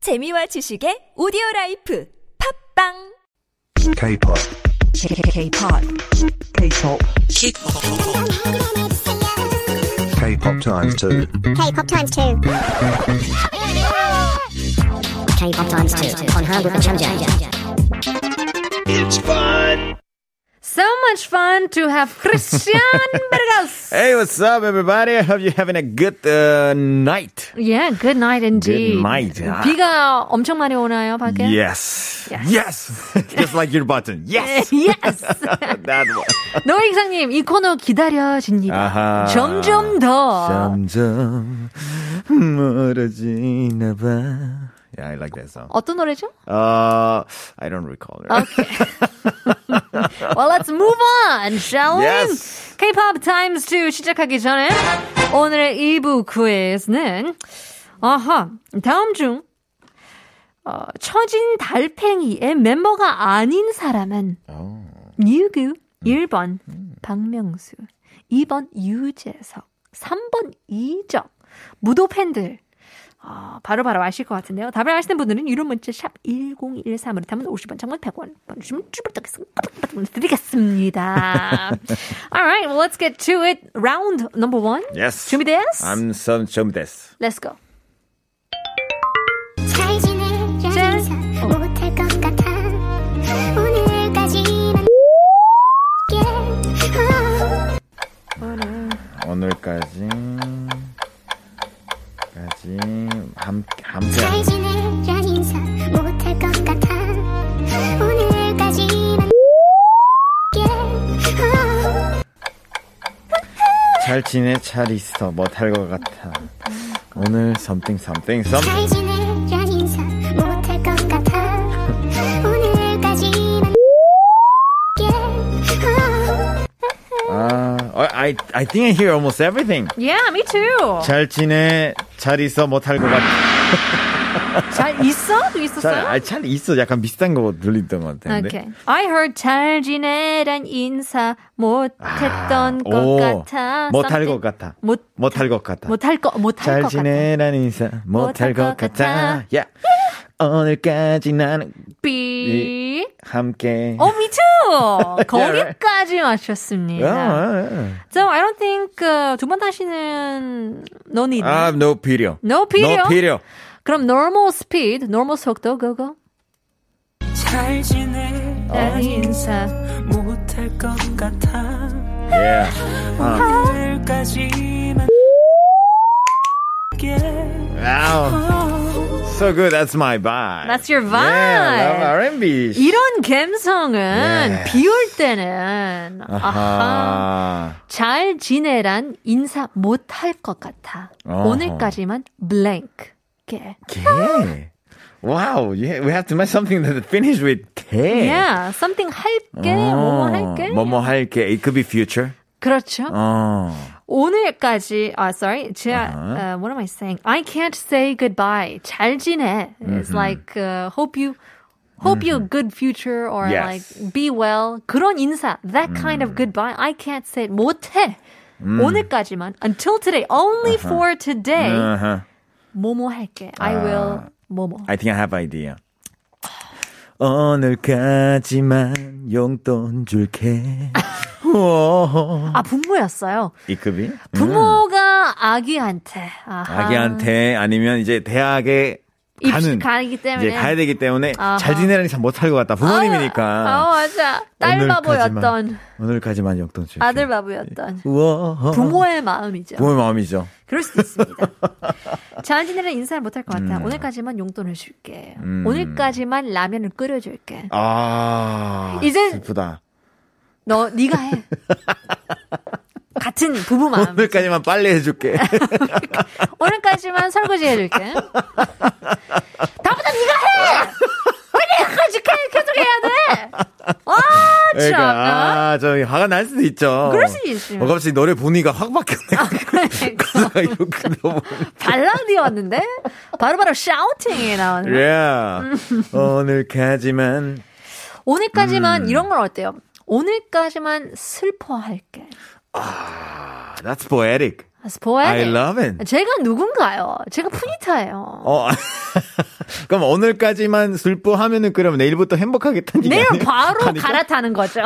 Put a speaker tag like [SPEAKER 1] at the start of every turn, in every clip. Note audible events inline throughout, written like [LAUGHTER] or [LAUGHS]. [SPEAKER 1] 재미와 지식의 오디오 라이프 팝빵
[SPEAKER 2] K-pop.
[SPEAKER 3] K-pop. K-pop.
[SPEAKER 2] K-pop times two.
[SPEAKER 4] K-pop times two. K-pop times two on Hard Rock and Jam.
[SPEAKER 5] So much fun to
[SPEAKER 6] [LAUGHS]
[SPEAKER 5] have Christian Burgos.
[SPEAKER 6] Hey, what's up, everybody? Hope you're having a good uh, night.
[SPEAKER 5] Yeah, good night indeed.
[SPEAKER 6] Good night. 아.
[SPEAKER 5] 비가 엄청 많이 오나요, 밖에?
[SPEAKER 6] Yes. Yes. [LAUGHS] Just like your button.
[SPEAKER 5] [LAUGHS]
[SPEAKER 6] Yes.
[SPEAKER 5] yes.
[SPEAKER 6] that one.
[SPEAKER 5] 노익상님, 이 코너 기다려집니다.
[SPEAKER 6] 아하.
[SPEAKER 5] 점점 더.
[SPEAKER 6] 점점 멀어지나 봐. Yeah, I like that song.
[SPEAKER 5] 어떤 노래죠?
[SPEAKER 6] Uh, I don't recall it.
[SPEAKER 5] Well, let's move on, shall we?
[SPEAKER 6] Yes.
[SPEAKER 5] K-pop Times 2 시작하기 전에 오늘의 2부 quiz는 아하, 다음 중 어, 처진 달팽이의 멤버가 아닌 사람은
[SPEAKER 6] 어. 음.
[SPEAKER 5] 유규 1번 박명수, 2번 유재석, 3번 이적 무도 팬들 어, 바로바로 아실 것 같은데요. 답을 아시는 분들은 유료 문자 샵 1013으로 타면 50원, 장문 100원 보내주시면 쭈불떡 드리겠습니다.
[SPEAKER 6] [LAUGHS]
[SPEAKER 5] Alright, well, let's get to it. Round number one.
[SPEAKER 6] Yes.
[SPEAKER 5] 준비됐어?
[SPEAKER 6] I'm some 준비됐어.
[SPEAKER 5] Let's go.
[SPEAKER 7] 잘 지내려 인사 못할 것 같아 오늘까지만 게 어.
[SPEAKER 6] 오늘까지. 까지 함, 함께.
[SPEAKER 7] 잘 지내려 인사 못할 것 같아 오늘까지만 게 어.
[SPEAKER 6] 잘 지내 잘 있어 못할 것 같아 오늘 something something [LAUGHS] some
[SPEAKER 7] 잘 지내려 인사 못할 것 같아 오늘까지만 게 어.
[SPEAKER 6] 아 I I think I hear almost everything
[SPEAKER 5] Yeah, me too.
[SPEAKER 6] 잘 지내 잘 있어 못할 것 같아
[SPEAKER 5] 잘 있어? 또 있었어요?
[SPEAKER 6] 잘잘 네. 있어 약간 비슷한 거 들리던 것 같은데
[SPEAKER 5] Okay. I heard 잘 지내란 인사 못했던
[SPEAKER 6] 아,
[SPEAKER 5] 것
[SPEAKER 6] 오,
[SPEAKER 5] 같아.
[SPEAKER 6] 못할
[SPEAKER 5] Something-
[SPEAKER 6] 것 같아
[SPEAKER 5] 못
[SPEAKER 6] 못할 것 같아
[SPEAKER 5] 못할 거 못할
[SPEAKER 6] 잘
[SPEAKER 5] 것 같아.
[SPEAKER 6] 지내라는 인사
[SPEAKER 5] 못할
[SPEAKER 6] 못할 것
[SPEAKER 5] 것
[SPEAKER 6] 같아
[SPEAKER 5] 같아.
[SPEAKER 6] 야 오늘까지 나는
[SPEAKER 5] B.
[SPEAKER 6] 함께
[SPEAKER 5] 어,
[SPEAKER 6] [LAUGHS]
[SPEAKER 5] me too.
[SPEAKER 6] right.
[SPEAKER 5] 거기까지
[SPEAKER 6] 어,
[SPEAKER 5] 맞췄습니다. So I don't think uh, 두번 다시는 no need.
[SPEAKER 6] 아 no 필요
[SPEAKER 5] no 필요.
[SPEAKER 6] no 필요
[SPEAKER 5] 그럼 normal speed, normal 속도 그거.
[SPEAKER 8] 잘 지내
[SPEAKER 6] 아.
[SPEAKER 5] 난 인사.
[SPEAKER 8] 못할 것 같아
[SPEAKER 6] yeah
[SPEAKER 8] 오늘까지만 게
[SPEAKER 6] wow so good that's my vibe
[SPEAKER 5] That's your vibe.
[SPEAKER 6] Yeah, love R&B.
[SPEAKER 5] 이런 감성은
[SPEAKER 6] Yes.
[SPEAKER 5] 비 올 때는
[SPEAKER 6] 아.
[SPEAKER 5] 아하.
[SPEAKER 6] 아하.
[SPEAKER 5] 잘 지내란 인사 못할 것 같아.
[SPEAKER 6] 어허.
[SPEAKER 5] 오늘까지만 blank. 게.
[SPEAKER 6] 개. Wow, yeah, we have to make something that finish with 개.
[SPEAKER 5] Yeah, something 할게,
[SPEAKER 6] 어,
[SPEAKER 5] 뭐뭐 할게.
[SPEAKER 6] 뭐뭐 할게. It could be future.
[SPEAKER 5] 그렇죠.
[SPEAKER 6] 어.
[SPEAKER 5] 오늘까지, 아, sorry. 제, uh, what am I saying? I can't say goodbye. 잘 지내. It's like, uh, hope you, hope you a good future or
[SPEAKER 6] Yes. 음.
[SPEAKER 5] like, be well. 그런 인사. That kind of goodbye. I can't say it. 못해. 오늘까지만. Until today. Only for today.
[SPEAKER 6] Uh-huh.
[SPEAKER 5] 뭐뭐 할게. I
[SPEAKER 6] 아.
[SPEAKER 5] will, 뭐뭐.
[SPEAKER 6] I think I have idea. 오늘까지만 용돈
[SPEAKER 5] [LAUGHS]
[SPEAKER 6] 줄게. 우와.
[SPEAKER 5] 아, 분모였어요.
[SPEAKER 6] It could be.
[SPEAKER 5] 부모가 아기한테. 아하.
[SPEAKER 6] 음. 아기한테 아니면 이제 대학에
[SPEAKER 5] 입시
[SPEAKER 6] 가는
[SPEAKER 5] 가기 때문에.
[SPEAKER 6] 이제 가야 되기 때문에
[SPEAKER 5] 아하.
[SPEAKER 6] 잘 지내라니 참 못할 것 같다. 부모님이니까.
[SPEAKER 5] 아, 맞아. 딸
[SPEAKER 6] 오늘까지만,
[SPEAKER 5] 바보였던.
[SPEAKER 6] 오늘까지만 용돈 줄게. 뭐.
[SPEAKER 5] 아들 바보였던.
[SPEAKER 6] 우와.
[SPEAKER 5] 부모의 마음이죠.
[SPEAKER 6] 부모의 마음이죠.
[SPEAKER 5] 그럴 수도
[SPEAKER 6] [LAUGHS]
[SPEAKER 5] 있습니다. 잘 지내는 인사를 못할 것 같아요.
[SPEAKER 6] 음.
[SPEAKER 5] 오늘까지만 용돈을 줄게. 오늘까지만 라면을 끓여줄게.
[SPEAKER 6] 아
[SPEAKER 5] 이젠-
[SPEAKER 6] 슬프다.
[SPEAKER 5] 너 네가
[SPEAKER 6] [LAUGHS]
[SPEAKER 5] 해. 같은 부부 마음.
[SPEAKER 6] 오늘까지만 빨리
[SPEAKER 5] [LAUGHS]
[SPEAKER 6] 해줄게.
[SPEAKER 5] 그렇죠. 오늘까지만 설거지 해줄게. 다음부터 네가 해. 왜내까지 계속 해야 돼? 아 참. 아,
[SPEAKER 6] 그러니까 아저 화가 날 수도 있죠.
[SPEAKER 5] 그럴 수도 있어요. 아,
[SPEAKER 6] 어, 갑자기 노래 분위기가 확 바뀌었네. [LAUGHS]
[SPEAKER 5] 그러니까
[SPEAKER 6] 이거
[SPEAKER 5] 발라드였는데 바로바로 샤우팅이 나오는.
[SPEAKER 6] 예. yeah. 오늘까지만
[SPEAKER 5] 오늘까지만
[SPEAKER 6] 음.
[SPEAKER 5] 이런 건 어때요? 오늘까지만 슬퍼할게.
[SPEAKER 6] 아, That's poetic.
[SPEAKER 5] 스포일.
[SPEAKER 6] I love it.
[SPEAKER 5] 제가 누군가요? 제가 푸니타예요.
[SPEAKER 6] 어. [LAUGHS] 그럼 오늘까지만 슬퍼하면은 그럼 내일부터 행복하겠다는 얘기
[SPEAKER 5] 내일
[SPEAKER 6] 아니에요?
[SPEAKER 5] 바로
[SPEAKER 6] 가니까?
[SPEAKER 5] 갈아타는 거죠.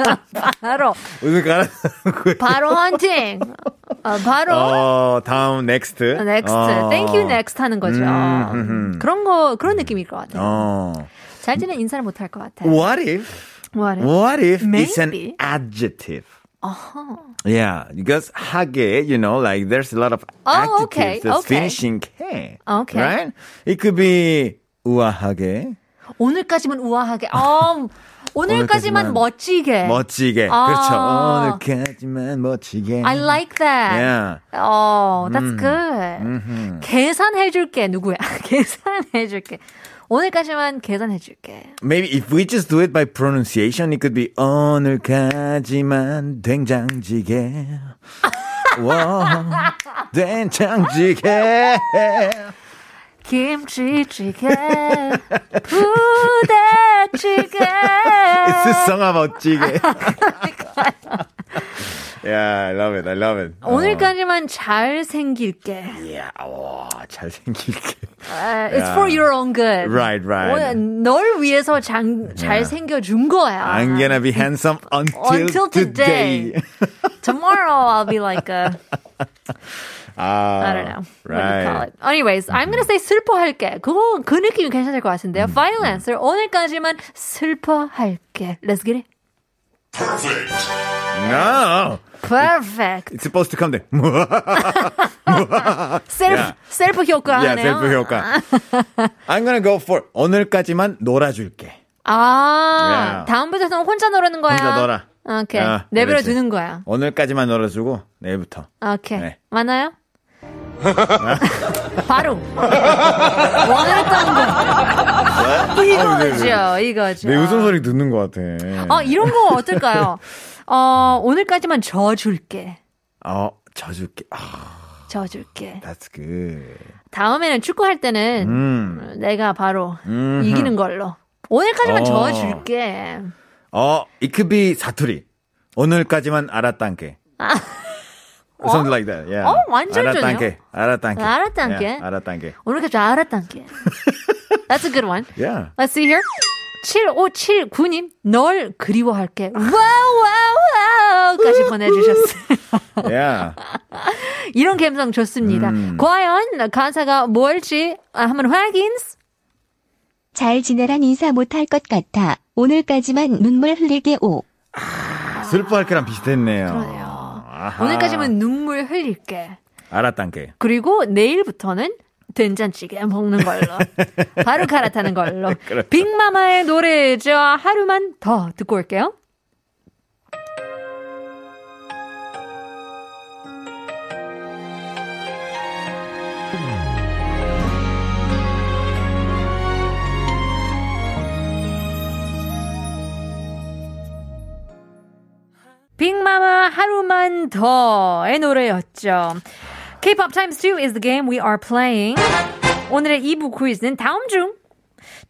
[SPEAKER 5] [LAUGHS] 바로
[SPEAKER 6] 오늘 갈아타는 거예요.
[SPEAKER 5] 바로 헌팅. 어, 바로
[SPEAKER 6] 어, 다음 어. 넥스트.
[SPEAKER 5] 넥스트. 땡큐 넥스트 하는 거죠.
[SPEAKER 6] 아. 음, 음, 음.
[SPEAKER 5] 그런 거 그런 느낌일 것 같아요.
[SPEAKER 6] 어.
[SPEAKER 5] 잘 지는 인사를 못 할 것 같아요.
[SPEAKER 6] What if?
[SPEAKER 5] 뭐하래?
[SPEAKER 6] What if it's an
[SPEAKER 5] Maybe.
[SPEAKER 6] adjective? Yeah, because hage, you know, like there's a lot of
[SPEAKER 5] Oh,
[SPEAKER 6] adjectives
[SPEAKER 5] okay,
[SPEAKER 6] that's
[SPEAKER 5] okay.
[SPEAKER 6] finishing k.
[SPEAKER 5] Okay.
[SPEAKER 6] Right? It could be 우아하게,
[SPEAKER 5] 오늘까지만 우아하게. 어,
[SPEAKER 6] 오늘까지만
[SPEAKER 5] 오늘까지만 멋지게.
[SPEAKER 6] 멋지게. 그렇죠.
[SPEAKER 5] 아.
[SPEAKER 6] 오늘까지만 멋지게.
[SPEAKER 5] I like that.
[SPEAKER 6] Yeah.
[SPEAKER 5] 어, that's good. 계산해줄게. 누구야? [LAUGHS] 계산해줄게. 오늘까지만 계산해줄게.
[SPEAKER 6] Maybe if we just do it by pronunciation, it could be 오늘까지만 된장찌개.
[SPEAKER 5] [LAUGHS]
[SPEAKER 6] 와, 된장찌개.
[SPEAKER 5] 김치찌개, 부대찌개.
[SPEAKER 6] [LAUGHS] It's a song
[SPEAKER 5] [LAUGHS]
[SPEAKER 6] about 찌개. [LAUGHS] yeah, I love it. I love it.
[SPEAKER 5] 아, 오늘까지만 잘 생길게.
[SPEAKER 6] Yeah, 와, 잘생길게.
[SPEAKER 5] it's for your own good.
[SPEAKER 6] Right, right.
[SPEAKER 5] 오늘 널 위해서 장, 잘 생겨준 거야.
[SPEAKER 6] I'm gonna be handsome until,
[SPEAKER 5] 아, 음. Until today.
[SPEAKER 6] today.
[SPEAKER 5] Tomorrow I'll be
[SPEAKER 6] [LAUGHS]
[SPEAKER 5] like a
[SPEAKER 6] 아,
[SPEAKER 5] I don't know. What do you call
[SPEAKER 6] Right.
[SPEAKER 5] it? Anyways, I'm gonna say 슬퍼할게. 그거 그 느낌이 괜찮을 것 같은데요.
[SPEAKER 6] 음,
[SPEAKER 5] Final answer 오늘까지만 슬퍼할게. Let's get it.
[SPEAKER 6] No,
[SPEAKER 5] Perfect.
[SPEAKER 6] it's supposed to come [LAUGHS] there.
[SPEAKER 5] 셀프
[SPEAKER 6] Yeah.
[SPEAKER 5] 셀프 효과네요. 아.
[SPEAKER 6] yeah, 셀프 효과. I'm gonna go for 오늘까지만 놀아줄게.
[SPEAKER 5] 아
[SPEAKER 6] Yeah.
[SPEAKER 5] 다음부터는 혼자 노는 거야.
[SPEAKER 6] 혼자 놀아.
[SPEAKER 5] 오케이.
[SPEAKER 6] 아,
[SPEAKER 5] 내버려
[SPEAKER 6] 그렇지.
[SPEAKER 5] 두는 거야.
[SPEAKER 6] 오늘까지만 놀아주고 내일부터.
[SPEAKER 5] 오케이.
[SPEAKER 6] 네. [LAUGHS]
[SPEAKER 5] 맞나요? 바로 원했던 거
[SPEAKER 6] 네? 아,
[SPEAKER 5] 이거죠 이거죠
[SPEAKER 6] 내 네, 웃음소리 듣는 것 같아.
[SPEAKER 5] 아, 이런 거 어떨까요? 어, 오늘까지만 져줄게.
[SPEAKER 6] 어, 져줄게. 아,
[SPEAKER 5] 져줄게.
[SPEAKER 6] that's good.
[SPEAKER 5] 다음에는 축구할 때는
[SPEAKER 6] 음.
[SPEAKER 5] 내가 바로
[SPEAKER 6] 음.
[SPEAKER 5] 이기는 걸로. 오늘까지만
[SPEAKER 6] 어.
[SPEAKER 5] 져줄게.
[SPEAKER 6] 어, it could be 사투리. 오늘까지만 알았단 게. Something like that. Yeah.
[SPEAKER 5] 아. 어, 완전
[SPEAKER 6] 알았단
[SPEAKER 5] 좋네요.
[SPEAKER 6] 게. 알았단 게.
[SPEAKER 5] 알았단
[SPEAKER 6] Yeah,
[SPEAKER 5] 게.
[SPEAKER 6] 알았단 게.
[SPEAKER 5] 오늘까지 알았단 게. That's a good one.
[SPEAKER 6] Yeah.
[SPEAKER 5] Let's see here. 7579님, 널 그리워할게. 와우, 와우, 와우. 까지 보내주셨어요.
[SPEAKER 6] Yeah.
[SPEAKER 5] 이런 감성 좋습니다.
[SPEAKER 6] 음.
[SPEAKER 5] 과연 가사가 뭘지 아, 한번 확인.
[SPEAKER 3] 잘 지내란 인사 못할 것 같아. 오늘까지만 눈물 흘리게 오.
[SPEAKER 6] 슬퍼할 게랑 비슷했네요.
[SPEAKER 5] 그러네요.
[SPEAKER 6] 아하.
[SPEAKER 5] 오늘까지만 눈물 흘릴게.
[SPEAKER 6] 알았단 게.
[SPEAKER 5] 그리고 내일부터는 된장찌개 먹는
[SPEAKER 6] [LAUGHS]
[SPEAKER 5] 걸로 바로 갈아타는 걸로
[SPEAKER 6] 그렇죠.
[SPEAKER 5] 빅마마의 노래죠 하루만 더 듣고 올게요 빅마마 하루만 더의 노래였죠 K-pop times 2 is the game we are playing 오늘의 2부 퀴즈는 다음 중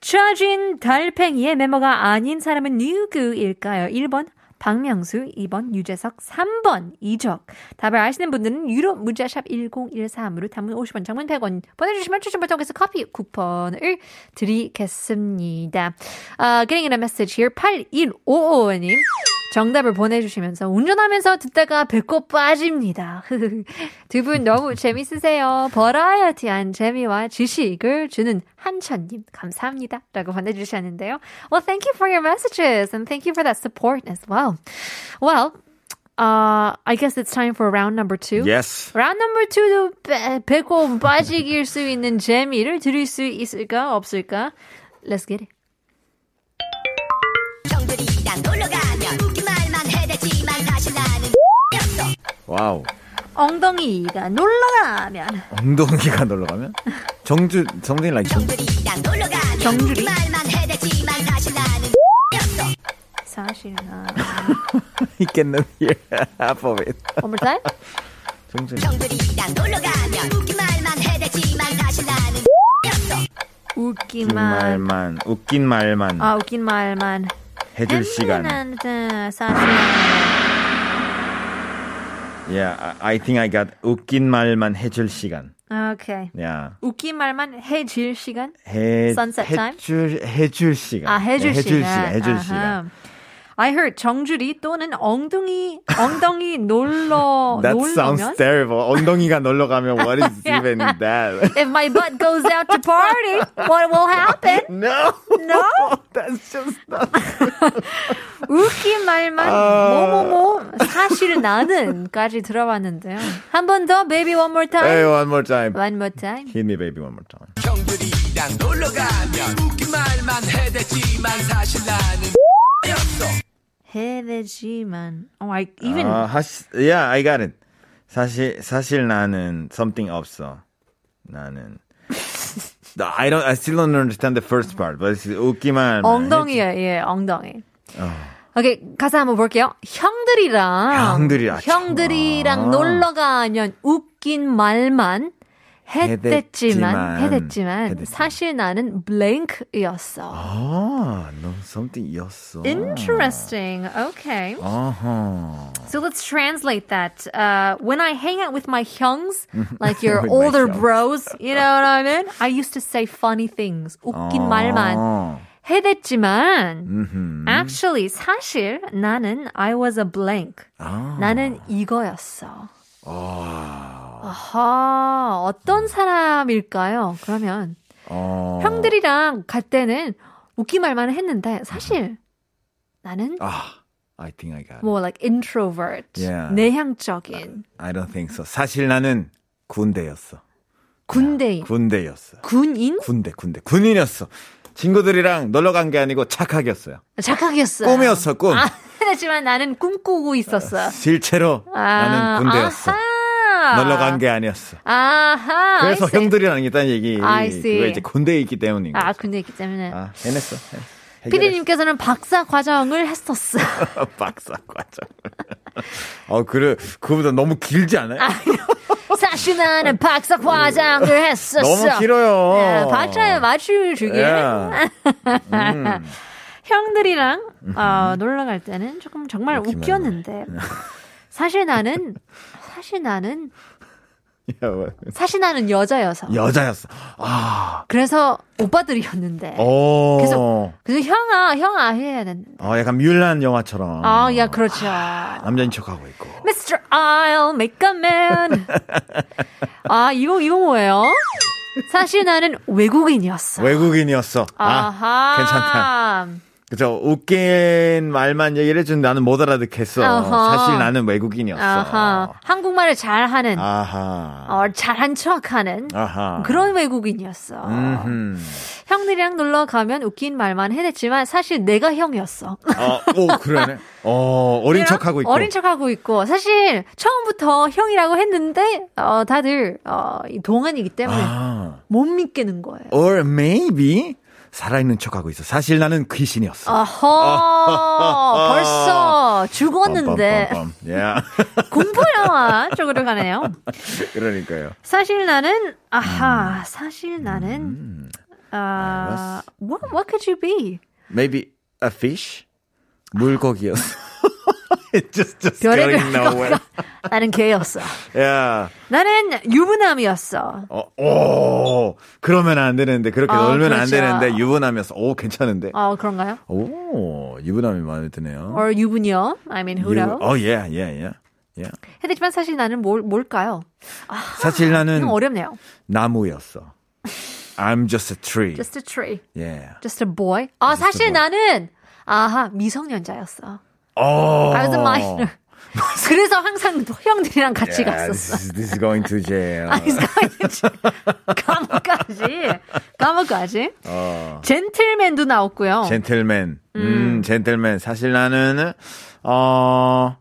[SPEAKER 5] 처진 달팽이의 멤버가 아닌 사람은 누구일까요? 1번 박명수, 2번 유재석, 3번 이적. 답을 아시는 분들은 유럽 문자샵 1013으로 단문 50원, 장문 100원 보내주시면 추첨을 통해서 커피 쿠폰을 드리겠습니다. 아, getting in a message here 8155님. 정답을 보내주시면서 운전하면서 듣다가 배꼽 빠집니다. [LAUGHS] 두 분 너무 재밌으세요. 버라이어티한 재미와 지식을 주는 한천님 감사합니다. 라고 보내주셨는데요. Well, thank you for your messages and thank you for that support as well. Well, uh, I guess it's time for round number two.
[SPEAKER 6] Yes.
[SPEAKER 5] 라운드 넘버 2도 빼, 배꼽 빠지길 수 있는 재미를 드릴 수 있을까 없을까? Let's get it.
[SPEAKER 6] 와우.
[SPEAKER 5] 엉덩이가 놀러가면
[SPEAKER 6] 엉덩이가 놀러가면? 정주, something [LAUGHS] like 정주.
[SPEAKER 5] 정주리 사실은
[SPEAKER 6] 있겠는 here. Half of it.
[SPEAKER 5] One more [LAUGHS] time?
[SPEAKER 6] 정주. 웃긴
[SPEAKER 5] 웃기만
[SPEAKER 6] 말만. 웃긴 말만.
[SPEAKER 5] 아 웃긴 말만
[SPEAKER 6] 해줄 시간.
[SPEAKER 5] 사실
[SPEAKER 6] Yeah, I, I think I got 웃긴 말만 해줄 시간.
[SPEAKER 5] Okay.
[SPEAKER 6] Yeah.
[SPEAKER 5] 웃긴 말만 해질 시간?
[SPEAKER 6] 해,
[SPEAKER 5] Sunset time?
[SPEAKER 6] 해줄, 해줄 시간.
[SPEAKER 5] 아, 해줄
[SPEAKER 6] 네,
[SPEAKER 5] 시간.
[SPEAKER 6] 해줄
[SPEAKER 5] 아하.
[SPEAKER 6] 시간.
[SPEAKER 5] I heard 정주리 또는 엉덩이
[SPEAKER 6] [LAUGHS]
[SPEAKER 5] 엉덩이 뭐 놀러
[SPEAKER 6] That
[SPEAKER 5] 놀러면
[SPEAKER 6] sounds terrible. 엉덩이가 놀러 가면 what
[SPEAKER 5] [LAUGHS]
[SPEAKER 6] is even that? [LAUGHS]
[SPEAKER 5] If my butt goes out to party, what will happen?
[SPEAKER 6] No, [LAUGHS]
[SPEAKER 5] No.
[SPEAKER 6] that's just
[SPEAKER 5] [LAUGHS]
[SPEAKER 6] not.
[SPEAKER 5] 웃긴 말만
[SPEAKER 6] 아.
[SPEAKER 5] 뭐뭐뭐 사실 나는까지 들어봤는데요. 한 번 더, baby one more
[SPEAKER 6] Hey,
[SPEAKER 5] time.
[SPEAKER 6] one more time.
[SPEAKER 5] One more time.
[SPEAKER 6] Hit me, baby, one more time.
[SPEAKER 5] 해대지만. Oh, I even
[SPEAKER 6] 아, 하시, yeah, I got it. 사실 사실 나는 something 없어. 나는. No, I don't. I still don't understand the first part, but it's 웃기만.
[SPEAKER 5] 엉덩이야, 예, 엉덩이. 오케이, 가사 한번 볼게요. 형들이랑.
[SPEAKER 6] 형들이랑,
[SPEAKER 5] 형들이랑
[SPEAKER 6] 참.
[SPEAKER 5] 놀러 가면 웃긴 말만
[SPEAKER 6] 해댔지만,
[SPEAKER 5] 했댔지만,
[SPEAKER 6] 해댔지만.
[SPEAKER 5] 했댔지만, 사실 나는 블랭크였어.
[SPEAKER 6] 아, no, something이었어.
[SPEAKER 5] Interesting. Okay.
[SPEAKER 6] 아. 어허.
[SPEAKER 5] So let's translate that. Uh, when I hang out with my hyungs, like your
[SPEAKER 6] With my
[SPEAKER 5] older
[SPEAKER 6] hyungs.
[SPEAKER 5] bros, you know what I mean? I used to say funny things. 웃긴 말만.
[SPEAKER 6] 어.
[SPEAKER 5] 해댔지만 actually 사실 나는 I was a blank.
[SPEAKER 6] 아.
[SPEAKER 5] 나는 이거였어.
[SPEAKER 6] 아.
[SPEAKER 5] 아하 어떤 사람일까요? 그러면
[SPEAKER 6] 음. 어.
[SPEAKER 5] 형들이랑 갈 때는 웃기 말만 했는데
[SPEAKER 6] 음.
[SPEAKER 5] 사실 나는
[SPEAKER 6] 아, I think I got. it.
[SPEAKER 5] 뭐 like introvert
[SPEAKER 6] Yeah.
[SPEAKER 5] 내향적인
[SPEAKER 6] I don't think so. 사실 나는 군대였어.
[SPEAKER 5] 군대인
[SPEAKER 6] 군대였어.
[SPEAKER 5] 군인
[SPEAKER 6] 군대, 군대, 군인이었어. 친구들이랑 놀러 간 게 아니고 착하게였어요.
[SPEAKER 5] 착각이었어.
[SPEAKER 6] 꿈이었어, 꿈.
[SPEAKER 5] 아, [LAUGHS] 하지만 나는 꿈꾸고 있었어.
[SPEAKER 6] 실제로 나는 군대였어.
[SPEAKER 5] 아, 아하.
[SPEAKER 6] 놀러 간 게 아니었어.
[SPEAKER 5] 아하.
[SPEAKER 6] 그래서
[SPEAKER 5] I see.
[SPEAKER 6] 형들이라는 게 있다는 얘기.
[SPEAKER 5] I see.
[SPEAKER 6] 그걸 이제 군대에 있기 때문인 거죠.
[SPEAKER 5] 아, 군대 있기 때문에.
[SPEAKER 6] 아, 해냈어. 해냈어. 해결했어.
[SPEAKER 5] 피디님께서는 박사 과정을 했었어. [LAUGHS]
[SPEAKER 6] [LAUGHS] 박사 과정. [LAUGHS] 어, 그래. 그보다 너무 길지 않아요?
[SPEAKER 5] 사실 나는 박사 과정을 했었어.
[SPEAKER 6] 너무 길어요.
[SPEAKER 5] 예, 박자에 맞춰주게. [LAUGHS]
[SPEAKER 6] 예.
[SPEAKER 5] 형들이랑 어, 놀러 갈 때는 조금 정말
[SPEAKER 6] 웃기만 뭐.
[SPEAKER 5] 웃겼는데.
[SPEAKER 6] 네.
[SPEAKER 5] 사실 나는, 사실 나는,
[SPEAKER 6] 야, 뭐.
[SPEAKER 5] 사실 나는 여자여서.
[SPEAKER 6] 여자였어. 아,
[SPEAKER 5] 그래서 오빠들이었는데.
[SPEAKER 6] 어. 오.
[SPEAKER 5] 계속. 그래서 형아, 형아 해야 된다.
[SPEAKER 6] 어, 약간 뮬란 영화처럼.
[SPEAKER 5] 아, 야, 그렇죠.
[SPEAKER 6] 남자인 척하고 있고.
[SPEAKER 5] Mr. I'll make a
[SPEAKER 6] [LAUGHS]
[SPEAKER 5] man. 아, 이거, 이거 뭐예요? 사실 나는 외국인이었어.
[SPEAKER 6] 외국인이었어.
[SPEAKER 5] 아하.
[SPEAKER 6] 아, 괜찮다. 그죠. 웃긴 말만 얘기를 해주는 나는 못 알아듣겠어.
[SPEAKER 5] 아하.
[SPEAKER 6] 사실 나는 외국인이었어.
[SPEAKER 5] 아하. 한국말을 잘하는,
[SPEAKER 6] 아하.
[SPEAKER 5] 어, 잘한 척 하는
[SPEAKER 6] 아하.
[SPEAKER 5] 그런 외국인이었어.
[SPEAKER 6] 음흠.
[SPEAKER 5] 형들이랑 놀러 가면 웃긴 말만 해냈지만 사실 내가 형이었어.
[SPEAKER 6] 어, 오, 그러네. 어, 어린
[SPEAKER 5] 그냥
[SPEAKER 6] 척하고 있고.
[SPEAKER 5] 어린 척하고 있고. 사실 처음부터 형이라고 했는데, 어, 다들, 어, 이 동안이기 때문에
[SPEAKER 6] 아.
[SPEAKER 5] 못 믿겠는 거예요.
[SPEAKER 6] Or maybe 살아있는 척하고 있어. 사실 나는 귀신이었어. [LAUGHS]
[SPEAKER 5] 어허, 벌써 죽었는데
[SPEAKER 6] 빰빰빰빰. 예.
[SPEAKER 5] [LAUGHS] 공포 영화 쪽으로 가네요.
[SPEAKER 6] [LAUGHS] 그러니까요.
[SPEAKER 5] 사실 나는 아하, 사실 나는 아, what what could you be?
[SPEAKER 6] Maybe a fish? 물고기였어. [LAUGHS] It just just
[SPEAKER 5] 별의별
[SPEAKER 6] going nowhere.
[SPEAKER 5] 나는 개였어.
[SPEAKER 6] Yeah.
[SPEAKER 5] 나는 유부남이었어.
[SPEAKER 6] 어, 오, 그러면 안 되는데 그렇게
[SPEAKER 5] 아,
[SPEAKER 6] 놀면 안
[SPEAKER 5] 그렇죠.
[SPEAKER 6] 되는데 유부남이어서 오 괜찮은데.
[SPEAKER 5] 어 그런가요?
[SPEAKER 6] 오 유부남이 마음에 드네요.
[SPEAKER 5] Or 어? 유부녀? I mean who knows?
[SPEAKER 6] 어, 예, 예, 예, 예.
[SPEAKER 5] 하지만 사실 나는 뭘 뭘까요?
[SPEAKER 6] 사실 나는
[SPEAKER 5] 좀 아, 어렵네요.
[SPEAKER 6] 나무였어. I'm just a tree.
[SPEAKER 5] Just a tree,
[SPEAKER 6] 예.
[SPEAKER 5] just a boy. 아 사실 나는 아하 미성년자였어.
[SPEAKER 6] 오.
[SPEAKER 5] I was a [LAUGHS] minor. 그래서 항상 형들이랑 [LAUGHS] 같이
[SPEAKER 6] Yeah,
[SPEAKER 5] 갔었어.
[SPEAKER 6] this, is- this is going to
[SPEAKER 5] [LAUGHS]
[SPEAKER 6] jail.
[SPEAKER 5] 감옥까지. 감옥까지. 어. 젠틀맨도 나왔고요.
[SPEAKER 6] 젠틀맨. 음, 젠틀맨. 사실 나는 어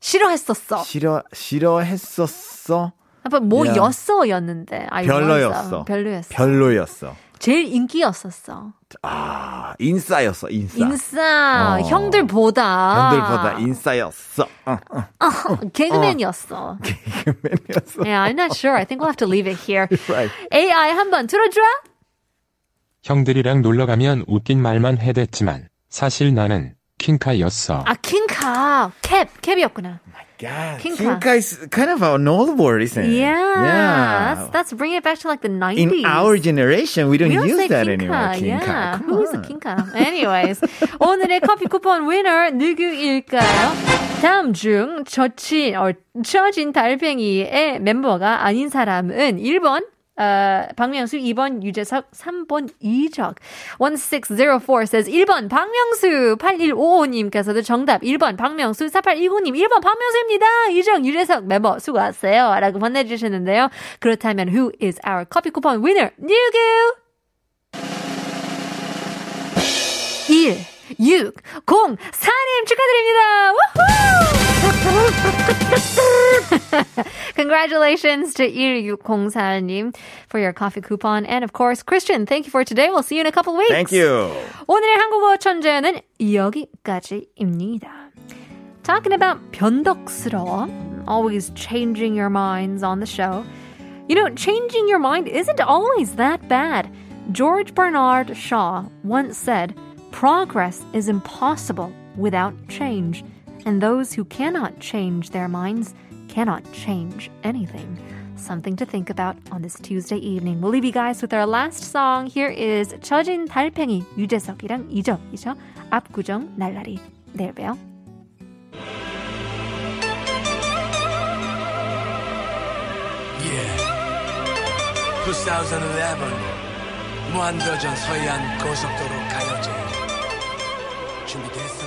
[SPEAKER 5] 싫어했었어.
[SPEAKER 6] 싫어 싫어했었어.
[SPEAKER 5] 아빠 뭐
[SPEAKER 6] 야.
[SPEAKER 5] 였어였는데. 아, 이거
[SPEAKER 6] 별로였어.
[SPEAKER 5] 별로였어.
[SPEAKER 6] 별로였어.
[SPEAKER 5] 제일 인기였었어.
[SPEAKER 6] 아, 인싸였어. 인싸.
[SPEAKER 5] 인싸.
[SPEAKER 6] 어.
[SPEAKER 5] 형들보다.
[SPEAKER 6] 형들보다 인싸였어. 어, 어.
[SPEAKER 5] 개그맨이었어.
[SPEAKER 6] 개그맨이었어.
[SPEAKER 5] [LAUGHS] Yeah, I'm not sure. I think we'll have to leave it here.
[SPEAKER 6] Right.
[SPEAKER 5] AI 한번 틀어줘.
[SPEAKER 9] 형들이랑 놀러 가면 웃긴 말만 해댔지만 사실 나는 킹카였어.
[SPEAKER 5] 아, 킹카. 캡. 캡이었구나.
[SPEAKER 6] God,
[SPEAKER 5] Kinka.
[SPEAKER 6] Kinka is kind of an old word, isn't it?
[SPEAKER 5] Yeah.
[SPEAKER 6] 네. Yeah.
[SPEAKER 5] That's, that's bringing it back to like the 90s.
[SPEAKER 6] In our generation, we don't,
[SPEAKER 5] We don't
[SPEAKER 6] use
[SPEAKER 5] say
[SPEAKER 6] that
[SPEAKER 5] kinka.
[SPEAKER 6] anymore. Kinka.
[SPEAKER 5] Yeah.
[SPEAKER 6] Come
[SPEAKER 5] Who is a
[SPEAKER 6] on.
[SPEAKER 5] kinka? Anyways, 오늘의 커피 쿠폰 winner 누구일까요? 다음 중 젖힌 or 젖은 달팽이의 멤버가 아닌 사람은 1번 어, 박명수 2번 유재석 3번 이적 1604 says 1번 박명수 8155님께서도 정답 1번 박명수 4829님 1번 박명수입니다 이적 유재석 멤버 수고하세요 라고 보내주셨는데요 그렇다면 who is our 커피 쿠폰 winner 누구 1, 6, 0, 4님 축하드립니다. 우후! [LAUGHS] Congratulations to 1604님 for your coffee coupon. And of course, Christian, thank you for today. We'll see you in a couple weeks.
[SPEAKER 6] Thank you.
[SPEAKER 5] 오늘의 한국어 천재는 여기까지입니다. Talking about 변덕스러워, always changing your minds on the show. You know, changing your mind isn't always that bad. George Bernard Shaw once said, Progress is impossible without change, and those who cannot change their minds cannot change anything. Something to think about on this Tuesday evening. We'll leave you guys with our last song. Here is 처진 달팽이 유재석이랑 이적이죠. 압구정 날라리. 내일 봬요.
[SPEAKER 8] Yeah. 2011 무한도전 서해안 고속도로 가요제 준비됐어?